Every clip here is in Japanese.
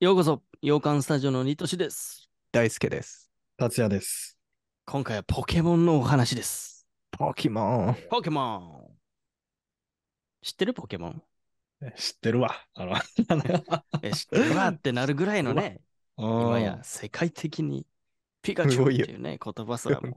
ようこそ、洋館スタジオのニトシです。大輔です。達也です。今回はポケモンのお話です。ポケモン。ポケモン知ってるポケモンね知ってるわ。あの、 え、知ってるわってなるぐらいの ね、今今や。世界的にピカチュウっていうね、言葉すらも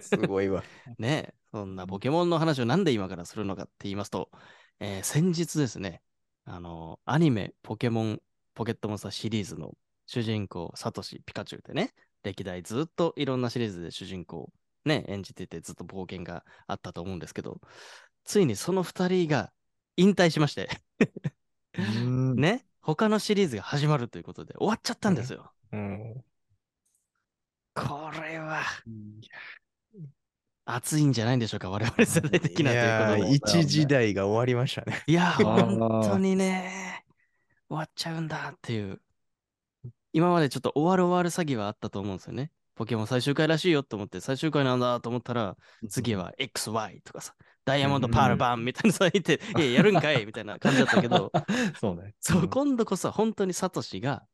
すごいわ。ね、そんなポケモンの話をなんで今からするのかって言いますと、えー先日ですね、あのアニメポケモンポケットモンスターシリーズの主人公、サトシ、ピカチュウでね、歴代ずっといろんなシリーズで主人公をね、演じててずっと冒険があったと思うんですけど、ついにその二人が引退しまして、うんね、他のシリーズが始まるということで終わっちゃったんですよ。うん。これは熱いんじゃないんでしょうか、我々世代的なということでいやー一時代が終わりましたね。いや、あー本当にね、終わっちゃうんだっていう。今までちょっと終わる終わる詐欺はあったと思うんですよね。ポケモン最終回らしいよと思って、最終回なんだと思ったら、次は XY とかさ、ダイヤモンドパールバンみたいなさ、言って、いや、やるんかいみたいな感じだったけど、そうね。そう、今度こそは本当にサトシが、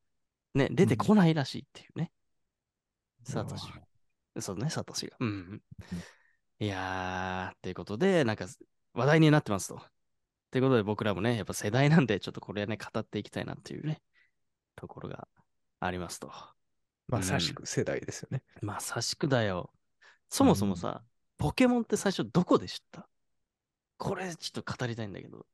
ね、出てこないらしいっていうね。サトシう。そうね、サトシが。うんうん。いやー、ということで、なんか話題になってますと。ということで僕らもね、やっぱ世代なんで、ちょっとこれね、語っていきたいなっていうね、ところがありますと。まさしく世代ですよね。まさしくだよ。そもそもさ、ポケモンって最初どこで知ったこれちょっと語りたいんだけど。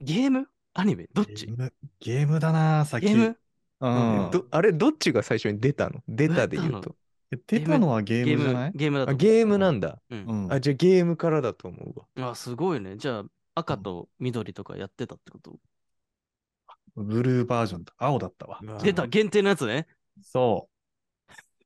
ゲームアニメどっゲちームゲームだな、先。ゲームうんえどあれ、どっちが最初に出たの出たで言うと。え出たのはゲゲーームじゃなムい、ゲームだあと。ゲームなんだ。うんう。んあ、じゃあゲームからだと思うわ。あ、すごいね。じゃあ、赤と緑とかやってたってこと、ブルーバージョンと青だったわ。うわ出た、限定のやつね。 そ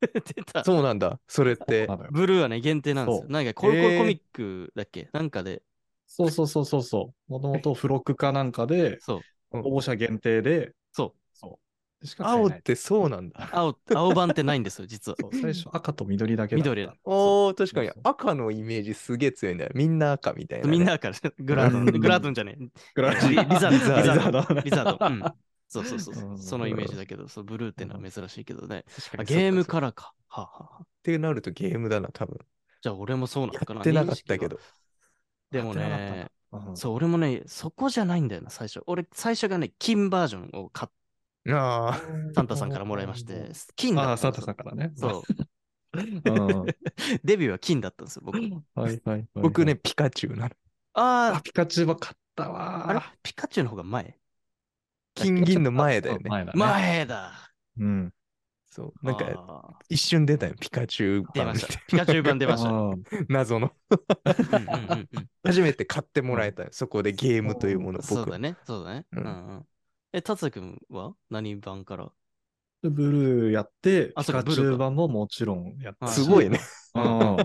出た。そうなんだ。それっうてな。のよブルーはね、限定なんですよ。そうなんか、コルコルへーコミックだっけ、なんかで、そうそうそうそうそう。もともと付録かなんかで、そう、応募者限定で、そそう。しか買え青ないってそうなんだ。青、青版ってないんですよ、実は。そう最初赤と緑だけだった。緑だおー、確かにそう赤のイメージすげえ強いんだよ。みんな赤みたいな ね。みんなから、グラドン、うん グラドンじゃねえグラリリザードリザリザーードリザードリザ ード。うん。そうそうそうそうう。んそのイメージだけど、そうブルーってのは珍しいけどね。確かあにゲームそうそうからか。はあはあはあってなるとゲームだな、多分。じゃあ、俺もそうなのかな。やってなかった認識けは。ど。でもやってなかったんねだ、うんそう、俺もね、そこじゃないんだよな、最初。俺、最初がね、金バージョンを買っああ。サンタさんからもらいまして、金あだあ、ったサんンでタすさんよ。からね。そう。うん。デビューは金だったんですよ、僕。はいはいはい。僕ね、、ピカチュウなの。ああ、ピカチュウは買ったあ、わ。あれピカチュウの方が前金銀の前だよね。前だね。前だうん。そう。なんか、か、一瞬出たよ。ピカチュウ出版まみ したいな。。 ピカチュウ版出ました。うんあー謎の。うんうんうん初めて買ってもらえたよ。そこでゲームというもの、僕。そうだね、そうだね。ううんんうんえ、達也くんは何版からブルーやって、あピそうかカチュウ版ももちろんやったはいし。す ごいね。うん。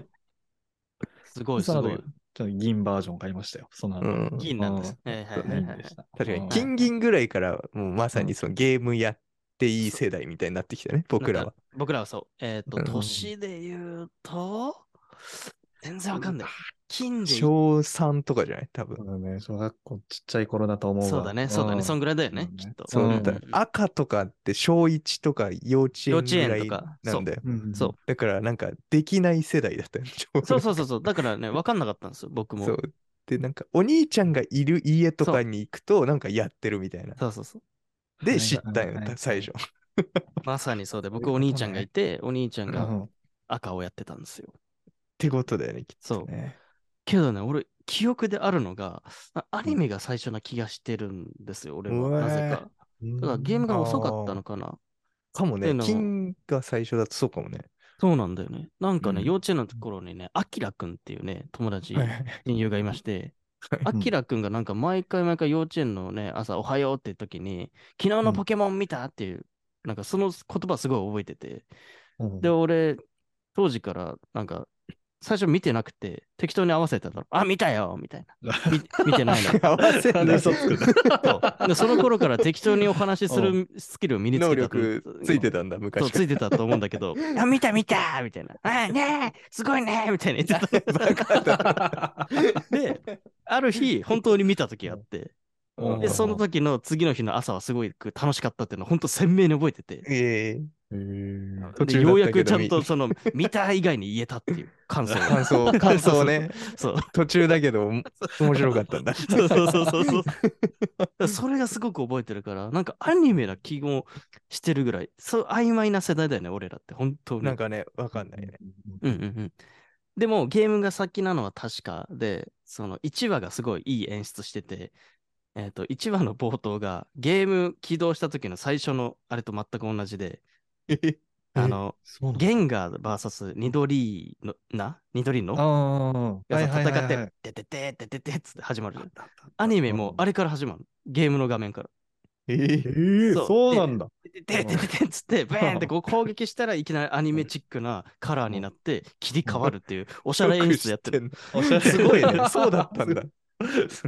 すごい、すそのご後い。ちょっと銀バージョン買いましたよ。その後。うん銀なんです。えーはいはいはい銀でした。確かに、う ん金銀ぐらいから、もうまさにそのゲームやっていい世代みたいになってきたね。僕らなんはか。。僕らはそう。えっとう、ん年で言うと、全然わかんない。金で言う小3とかじゃない多そう分。だね。小学校ちっちゃい頃だと思うわ。そうだね、そうだね、んそんぐらいだよね、うんきっと。そうんんだから赤とかって小1とか幼稚幼園稚ぐら園といかなんだよ。うんそう。だからなんかできない世代だったよね。ちょう どそうそうそうそう。だからね、分かんなかったんですよ、僕も。 そそうう。で、なんか、お兄ちゃんがいる家とかに行くと、なんかやってるみたいな。そうそうで、知ったはいんはいはよ、い最初。まさにそうで、僕、そうおいうことね兄ちゃんがいて、お兄ちゃんうがん。赤をやってたんですよ。ってことだよね、きっそとう。ね。けどね、俺、記憶であるのが、あアニメが最初な気がしてるんですよ、俺うは。わーなぜか。だからゲームが遅かったのかな。かもっていうね、のも金が最初だとそうかもね。そうなんだよね。なんかね、うん幼稚園の頃にね、アキラくんっていうね、友達、はいはい親友がいまして、はいアキラくんがなんか毎回毎回幼稚園のね、朝おはようって時に、昨日のポケモン見たっていう、なんかその言葉すごい覚えてて、うんで、俺、当時から、なんか、最初見てなくて、適当に合わせてたら、あ、見たよみたい な。み見てないの。合わせなんんでだ嘘つくんだそうでその頃から適当にお話しするスキルを身につけた能力ついてた。たんだ、そう、昔かついてたと思うんだけど、あ、見た見たみたいな。あ、ねえすごいねみたいな言ってた。 ら。バカだで、ある日、本当に見た時があって、うんで、その時の次の日の朝はすごく楽しかったっていうのを本当鮮明に覚えてて、ええへで途中だーったけどようやくちゃんとその見た以外に言えたっていう感想 感想、感想ね。そう。途中だけど、面白かったんだ。そうそうそうそうそう。だからそれがすごく覚えてるから、なんかアニメな気もしてるぐらい、そう曖昧な世代だよね、俺らって、本当に。 なんかね、わかんないね。うんうんうん。でもゲームが先なのは確かで、その1話がすごいいい演出してて、えっ、と、1話の冒頭がゲーム起動した時の最初のあれと全く同じで、あの、そうなんだゲンガー VS ニドリーの、なニドリーのああ、がはさいはいはい戦っはいて、ててててててっつって始まるじゃん。アニメもあれから始まる。ゲームの画面から。えええーそうそうなんだ。でででででっつって、ブーンってこう攻撃したらいきなりアニメチックなカラーになって切り替わるっていうおしゃれ演出やってる。よくおしゃ知ってんの。すごいね。そうだったんだ。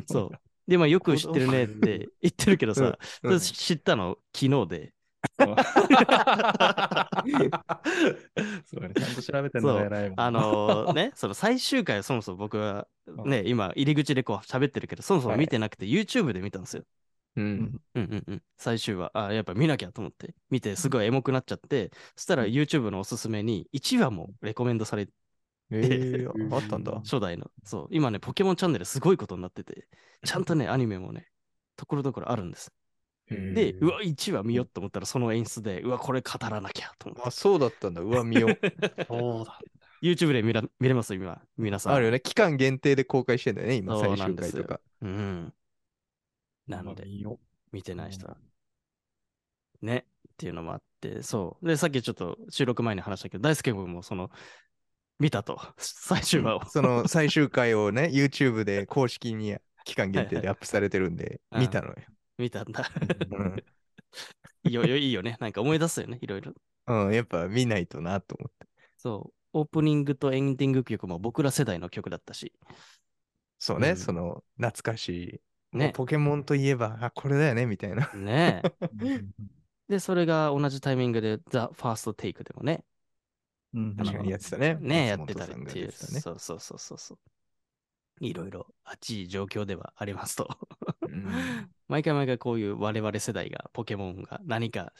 そう。で、まあよく知ってるねって言ってるけどさ、うん。うんそれ知ったの昨日で。そうね、ちゃんと調べてんのが偉いもん。あの ーね、その最終回そもそも僕はね、今入り口でこう喋ってるけど、そもそも見てなくて YouTube で見たんですよ。うん。うんうんうん。最終話、あ、やっぱ見なきゃと思って、見てすごいエモくなっちゃって、そしたら YouTube のおすすめに1話もレコメンドされて、ええあったんだ。初代の。そう、今ね、ポケモンチャンネルすごいことになってて、ちゃんとね、アニメもね、ところどころあるんです。で、うわ、1話見ようと思ったら、その演出で、うわ、これ語らなきゃと思ってあ、そうだったんだ。うわ、見よう。そうだ。 YouTube で見ら見れます、今、皆さん。あるよね。期間限定で公開してんだよね、今、そう最なん終です回よとか。うん。なので、見よ見てない人は。ね。っていうのもあって、そう。で、さっきちょっと収録前に話したけど、大輔君もその、見たと、最終話を。その最終回をね、YouTube で公式に期間限 定でアップされてるんで、うん見たのよ。見たん だ。うんいいよ、いいよね。なんか思い出すよね、いろいろ。うん、やっぱ見ないとなと思って。そう。オープニングとエンディング曲も僕ら世代の曲だったし。そうね、うんその懐かしい。もうね。ポケモンといえば、あ、これだよね、みたいな。ねえ。う。で、それが同じタイミングで The First Take でもね、うんあの確かにやってたね。ねえやっ松て本たりさんっがていう。やってたねそうそうそうそうそう。いろいろ熱い状況ではありますと。 うん毎回毎回こういう我々世代がポケモンが何か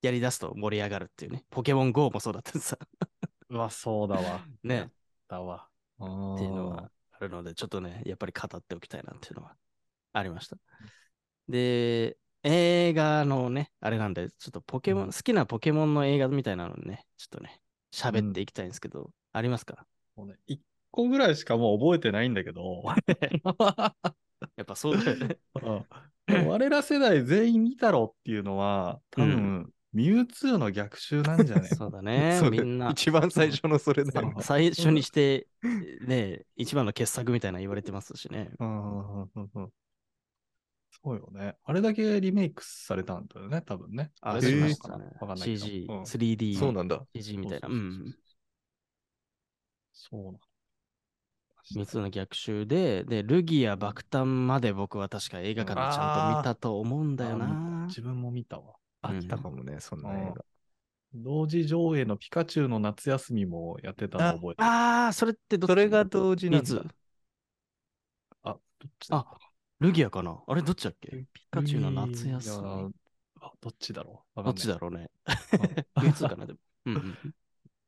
やり出すと盛り上がるっていうね。ポケモン GO もそうだったしさ。うわ、そうだわ。ね。だわ。っ てっていうのはあるので、ちょっとね、やっぱり語っておきたいなっていうのはありました。で、映画のね、あれなんで、ちょっとポケモン、うん好きなポケモンの映画みたいなのね、ちょっとね、喋っていきたいんですけど、ありますかもうね、一個ぐらいしかもう覚えてないんだけど、やっぱそうだよね。 うん我ら世代全員見たろっていうのは、多分、うミュウツーの逆襲なんじゃねそうだね そ、うみんな。一番最初のそれだよね。最初にして、ね、一番の傑作みたいな言われてますしね。うんうんうんうんそうよね。あれだけリメイクされたんだよね、多分ね。あれしそうまでしすたねわかんないけど。 CG、うんそう 3D、そうなんだ。 CG みたいな。う。そうそうそうんそうなの。三つの逆襲で、で、ルギア爆誕まで僕は確か映画館でちゃんと見たと思うんだよあな。自分も見たわ。あったかもね、そんな映同時上映のピカチュウの夏休みもやってたの覚えてる。ああ、それってど画。っちそれが同時なんいつだ。あ、どっちあルギアかなあれどっちだっけピピカチュウの夏休いやみ。あどっちだろうどっちだだろうね。 うんいつかなでも。うんうんうん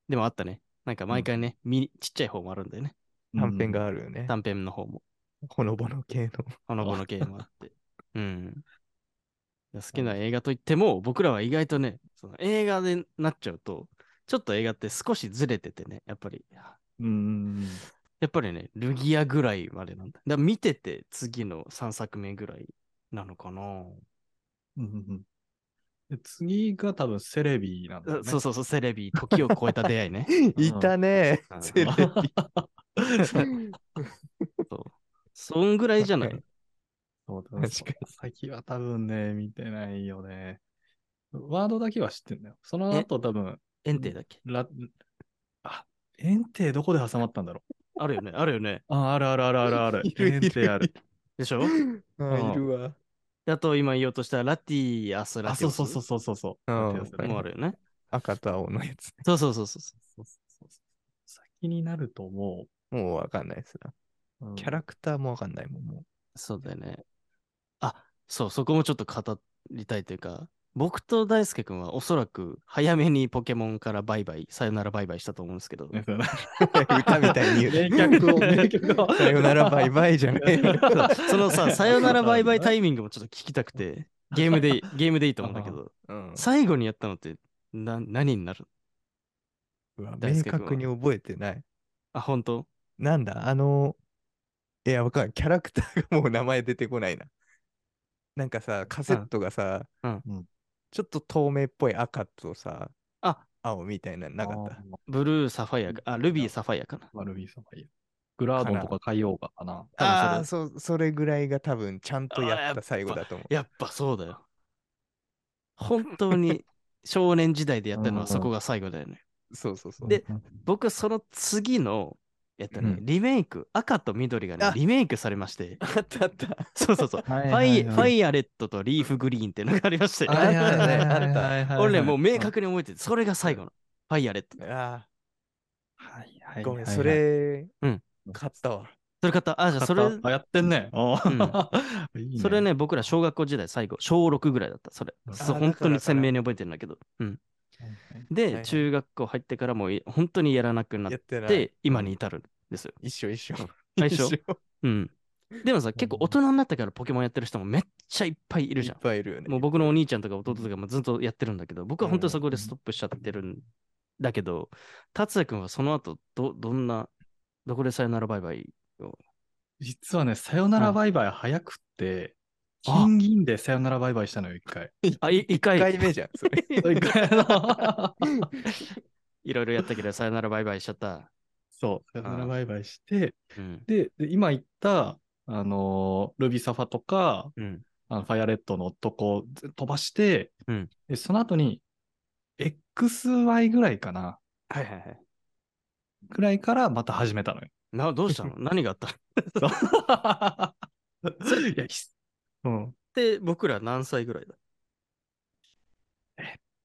でもあったね。なんか毎回ね、ミニちっちゃい方もあるんだよね。短編があるよね。短編の方も。ほのぼの系の。ほのぼの系もあ って。うん。好きな映画といっても、僕らは意外とね、その映画でなっちゃうと、ちょっと映画って少しずれててね、やっぱり、うんうんやっぱりね、ルギアぐらいまでなんだ。だから見てて次の3作目ぐらいなのかな、うんうんうんうん。で次が多分セレビなんだよね。そうそうそう、セレビ、時を超えた出 会い ね。いたねう。んセレビ。そう。そんぐらいじゃない確そうだね確かにその先は多分ね、見てないよね。ワードだけは知ってんだよ。そのえ後多分、エンテだっけラ、あ、エンテどこで挟まったんだろあるよね、あるよね。う。あ、あるあるあるあるある。いるいるエンテある。でし ょあいるわ。であと今言おうとしたラティアス、ラあ、ティそオうスそうそうそうそうそう。うんエンテですねもうあるよね。赤と青のやつ。そうそうそうそうそう。そうそうそうそう先になるとももうわかんないですな。う、うんキャラクターもわかんないもん、もそうだよね。あ、そう、そこもちょっと語りたいというか、僕と大輔君はおそらく早めにポケモンからバイバイ、さよならバイバイしたと思うんですけど、ねそうね 歌みたいに言 名う。曲を、名曲を。さよならバ イバイじゃねえよ。そうその さ、さよならバイバイタイミングもちょっと聞きたくて、ゲーム でいい、ゲームでいいと思うんだけど、うん最後にやったのってな何になるうわ大明輔君は確に覚えてない。あ、本当なんだ、あの、いや、わかんない。キャラクターがもう名前出てこないな。なんかさ、カセットがさ、うんうんちょっと透明っぽい赤とさ、あ青みたいなのなかった。ブルーサファイアか、あ、ルビーサファイアかな。まあルビー様いいよグラードンとか海洋画かな。あああー、そう、それぐらいが多分ちゃんとやった最後だと思う。やっぱそうだよ。本当に少年時代でやったのはそこが最後だよね。そうそうそう。でうん、僕、その次の、えっとねう、んリメイク、赤と緑がねあ、リメイクされまして、 あったあった。そうそうそう。フファイ、ファイアレットとリーフグリーンっていうのがありまして、はいはいはいあったね 俺ね、もう明。確に覚えてて、それが最後の。ファイアレット。あはいはあ、いごめん、はいはいそ。れ、うん買ったわ。それ買った。あ、じゃあそそれ、れ、あやってんね。あーいいそれ、ね、僕ら小学校時代最後、小6ぐらいだった、それ。うんそうあー本当にだから鮮かな明に覚えてるんだけど。うん。はいはいで、はい中学校入ってからもうい本当にやらなくなやっってない。て、今に至るんですよ。一緒一緒。最初一緒うん。でもさ、結構大人になってからポケモンやってる人もめっちゃいっぱいいるいじっゃん。ぱいいるよね。もう僕のお兄ちゃんとか弟とかもずっとやってるんだけど、僕は本当にそこでストップしちゃってるんだけど、達也君はその後、ど、どんな、どこでさよならバイバイ実はね、さよならバイバイ早くって、あ金銀でさよならバイバイしたのよ、一回。あ、い一回一回目じゃん、それ。一回あのいろいろやったけど、さよならバイバイしちゃった。 そう、さよならバイバイして、うん。で、で今言った、あのールビサファとか、うん。あのファイアレッドの男をず飛ばして、うんでその後に、XY ぐらいかな、はいはいはい。ぐらいからまた始めたのよ。な、どうした の何があったのっいや、ひうん。て、僕ら何歳ぐらいだ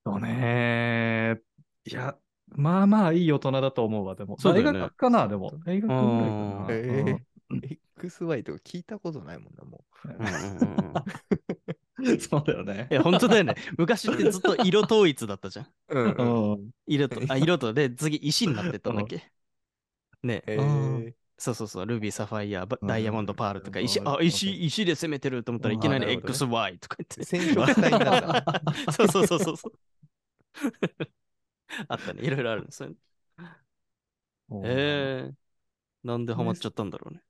そうねいや、まあまあいい大人だと思うわ、でも。そうだ大よね学かな、でも。大学ぐらいかな。あうんえー XY とか聞いたことないもんな、もうんうんうんうん。そうだよねい。や、本当だよね。昔ってずっと色統一だったじゃん。う。うんううんん。色と、あ、色と、で、次、石になってったんだっ け。ねえうんーそうそうそう、ルビー、サファイア、ばうんダイヤモンド、パールとか、うん石、あ、石、石で攻めてると思ったらいきなりうんなるほど XY とか言 って。染色体なんだ。 そうそうそうそうそう。 あったね、いろいろあるんですよね。ええなんでハマっちゃったんだろうね。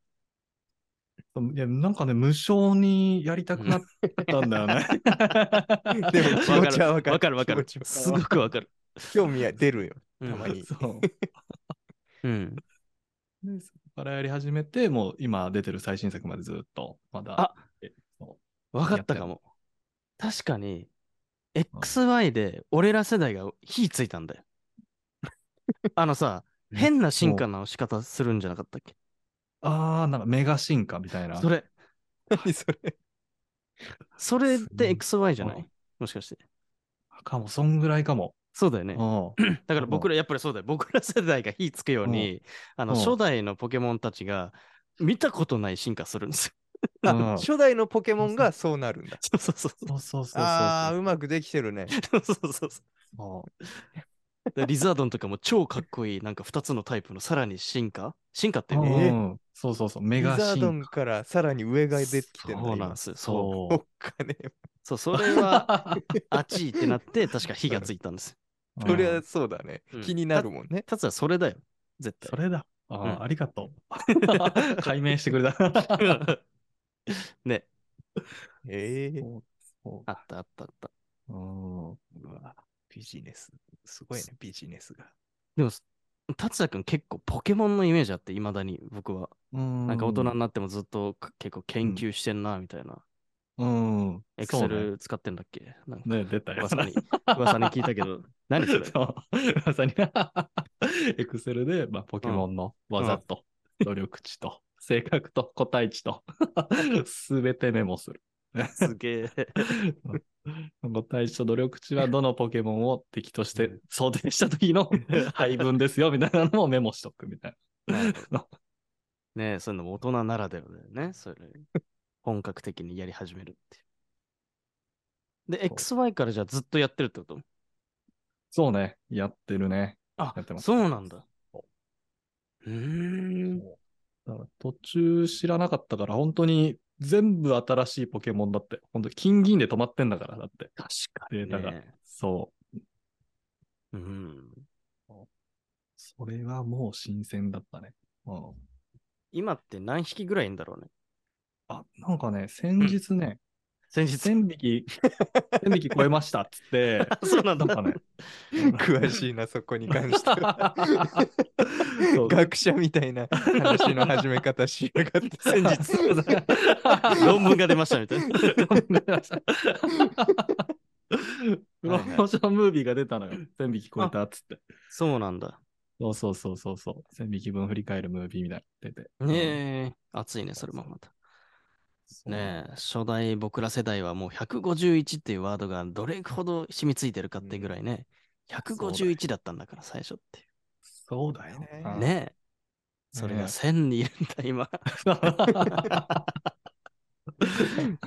いや、なんかね、無償にやりたくなったんだよね。 でも気持ちはわかる。わかるわかる気。持ちすごはわかくわかる。る興味は出るよ。うんたまに そう。うん。でそこからやり始めて、もう今出てる最新作までずっと、まだ。あえそわかったかも。確かに、XY で俺ら世代が火ついたんだよ。あのさ、変な進化の仕方するんじゃなかったっけうあー、なんかメガ進化みたいな。それ、何それ。それってうん XY じゃなういもしかして。かも、そんぐらいかも。そうだよね。うん。だから僕ら、やっぱりそうだよ。僕ら世代が火つくように、あの、うん初代のポケモンたちが見たことない進化するんですよ。うんあ、 初代のポケモンがそうなるんだ。 そうそうそうそうそうそうそう。ああ、うまくできてるね。そう。そうそうそうそそううでリザードンとかも超かっこいい、なんか2つのタイプのさらに進化進化っていううのんそうそうそう。メリザガ進化。ードンからさらに上が出てきてるそうなんですよ。そう。お っかねえ。そう、それは、あっちいってなって、確か火がついたん ですよ。うんそりゃそうだねうん。気になるもんね。たつはそれだよ。絶そ対。れだ。あーうんありがと う。解明してくれた。ね。ええ。そうそあったあったあった。ううんうわビジネス。すごいね、ビジネスが。でも、達也くん結構ポケモンのイメージあって、いまだに僕は。ななんか大人になってもずっとか結構研究してんな、みたいな。うん。エクそセうねル使ってんだっけ なんかね、出たよ。噂 に、噂に聞いたけ ど。何それそう噂に。 エクセルで、まあ、ポケモンの技と、努力値と、性格と、個体 値と、すべてメモする。すげ え。 個体値と努力値はどのポケモンを敵として想定した時 の配分ですよ、みたいなのもメモしとくみたいなるほな。どねそういうのも大人ならではだよね。それ。本格的にやり始めるっていう。で、XY からじゃあずっとやってるってことそうね。やってるね。あやってますそうなんだ。そううーん。だから途中知らなかったから、本当に全部新しいポケモンだって。本当金銀で止まってんだから、だって。確かデータが。ね。そうう。ん。それはもう新鮮だったね。うん。今って何匹ぐらいいんだろうね。あ、なんかね、先日ね、先日。 1000匹、1000匹超えましたっつ って、 そうなんなだん。 かね、詳しいな、そこに関しては。そう学者みたいな話の始め方しやがって。先日。論文が出ましたみたいな。プロモーションムービーが出たのよ。1000匹超えたっつって。そうなんだ。そうそうそうそうそう。1000匹分振り返るムービーみたいなの出て。ねえ。熱いね、それもまた。うんねえ、初代僕ら世代はもう151っていうワードがどれほど染みついてるかってぐらいね。151だったんだから、最初っていそうだよう。うん ねね。え。それが1000人いるんだ、今。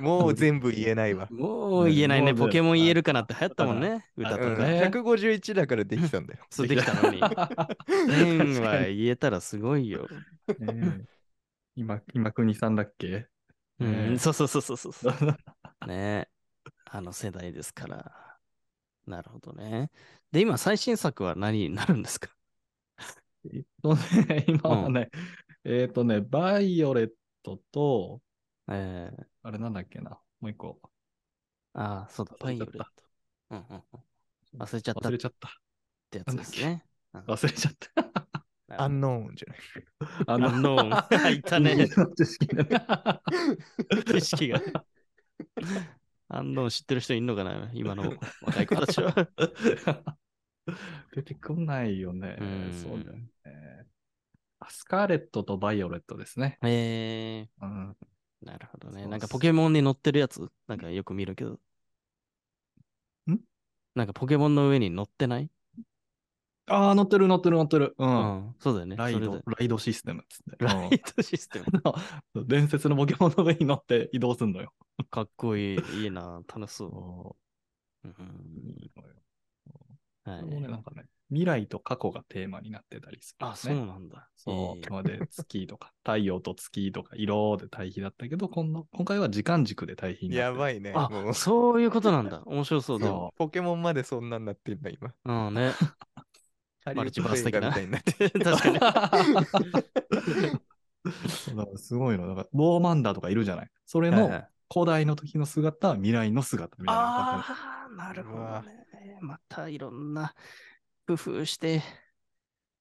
もう全部言えないわ。もう言えないねね。もうポケモン言えるかなって流行ったもんね。歌だとうんかね。ね151だからできたんだよ。そうできた のに。1000は言えたらすごいよ。ねえ今、今国さんだっけ うねん、そうそうそうそうそうそう。ねえ。あの世代ですから。なるほどね。で、今、最新作は何になるんですかえっとね、今はね、えっとね、バイオレットと、えー、あれなんだっけな、もう一個。ああ、そうだ、忘パれイちオゃレっッたト。うんうんうん、忘れちゃった忘っれちゃった。てやつですね。忘れちゃった。アンノーンじゃない。あアンノーン いたね知識だな。景色が。あんの知ってる人いんのかな今の若い子たちは。 出てこないよねうん。そうだよね。あスカーレットとバイオレットですね。えうん、ー、なるほどそね。うなんかポケモンに乗ってるやつ、なんかよく見るけど。んなんかポケモンの上に乗ってないああ、乗ってる乗ってる乗ってる。う。うんん。そうだよね。ライそれドで、ライドシステムっつって。ライトシステム。うん伝説のポケモンの上に乗って移動すんのよ。かっこいい。いいな。楽しそ。そううんいいのよはこれもね、い、なんかね、未来と過去がテーマになってたりする、ね。あ、そうなんだ。そう、えー今まで月とか、太陽と月とか、色で対比だったけど、今度今回は時間軸で対比になやってばいね。もあ、うそういうことなんだ。 面白そうだ。そうポケモンまでそんなんなってんだ、今。うんね。マルチバース的なハリウッド映画みたいになってる。確かに。 そうだからすごいの。だから、ローマンダーとかいるじゃない。それの古代の時の姿は未来の姿みたいなのがあったああ、なるほどね。またいろんな工夫して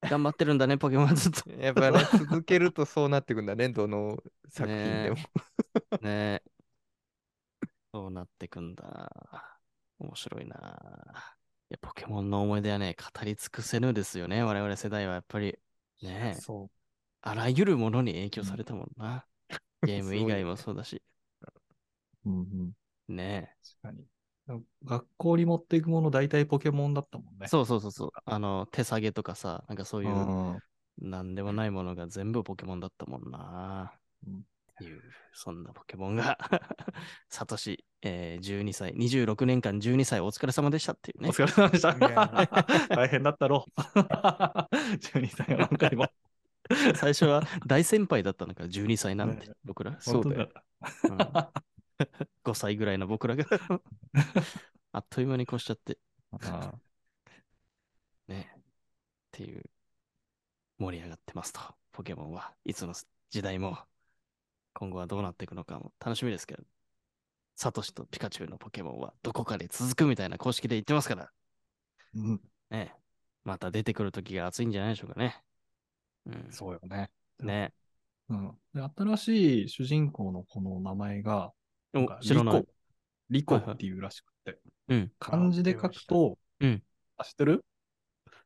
頑張ってるんだね、ポケモンはずっと。やっぱね、続けるとそうなってくんだね、どの作品でも。ねえ。そうなってくんだ。面白いな。いや、ポケモンの思い出はね、語り尽くせぬですよね。我々世代はやっぱり。ねえ。そあらゆるものに影響されたもんな。ゲーム以外もそうだし。う。うんうん。ね確かに。学校に持っていくもの、大体ポケモンだったもんえ。ね。そうそうそうそう。あの、手下げとかさ、なんかそうういんうなんでもないものが全部ポケモンだったもんな。うんっていう、そんなポケモンが、 サトシ、えー12歳、26年間12歳お疲れ様でしたっていうおね。疲れ様でしたいや。 大変だったろう。12歳は何回も。最初は大先輩だったのから12歳なんてね、僕ら。そうだようん 5歳ぐらいの僕ら が、あっという間に越しちゃって、本当だあね。っていう、盛り上がってますと。ポケモンはいつの時代も、今後はどうなっていくのかも楽しみですけど、サトシとピカチュウのポケモンはどこかで続くみたいな公式で言ってますから、ーうんね。また出てくる時が熱いんじゃないでしょうかね。うん。そうよね。ね。うん、で新しい主人公の子の名前が、なんおか、知らない。リコ。はいリはコいっていうらしくて。うん。漢字で書くと、うんあ、知ってる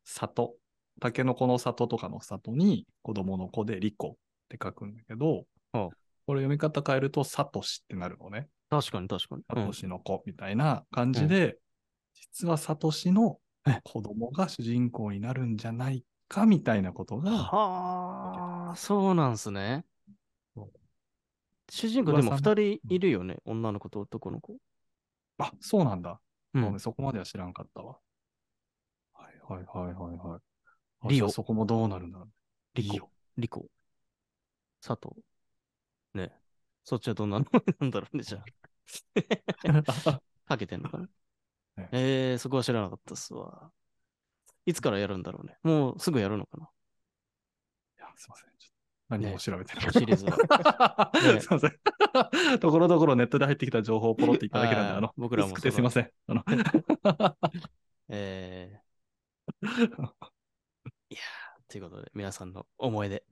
里。タケノコの里とかの里に子供の子でリコって書くんだけど、ほうこれ読み方変えるとサトシってなるのね。確かに確かに。サうんトシの子みたいな感じで、実はサトシの子供が主人公になるんじゃないかみたいなことが、はあ、そうなんすねそう。主人公でも噂2人いるよね。女の子と男の子。あ、そうなんだ。うごめん、ん、そこまでは知らんかったわ。はいはいはいはいはい。あリオじゃあそこもどうなる んだろう。リオ。リコ、佐藤。ねそっちはどんなの なんだろうね、じゃあ。かけてんのかなねえー、そこは知らなかったっすわ。いつからやるんだろうね。もうすぐやるのかないや、すいません。ちょっと何も調べてない。シリ ーズは。ねすいません。ところどころネットで入ってきた情報をポロっていただけなんで、はいあの、 僕らも薄くてすいません。 あの、えー、ということで、皆さんの思い出、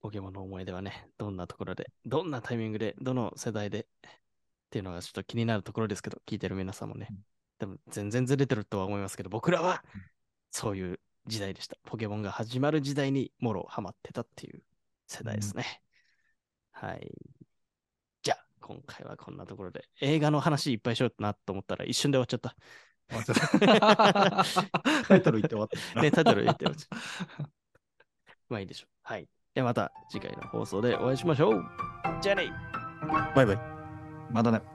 ポケモンの思い出はね、どんなところで、どんなタイミングで、どの世代でっていうのがちょっと気になるところですけど、聞いてる皆さんもねうん、でも全然ずれてるとは思いますけど、僕らはそういう時代でした。ポケモンが始まる時代にもろハマってたっていう世代ですね。はい。じゃあ、今回はこんなところで、映画の話いっぱいしようかなと思ったら一瞬で終わっちゃった。 あちょっとタイトル言って終わった。ね、タイトル言ってます。まあいいでしょう。はい。ではまた次回の放送でお会いしましょう。じゃあねバイバイ。まだね。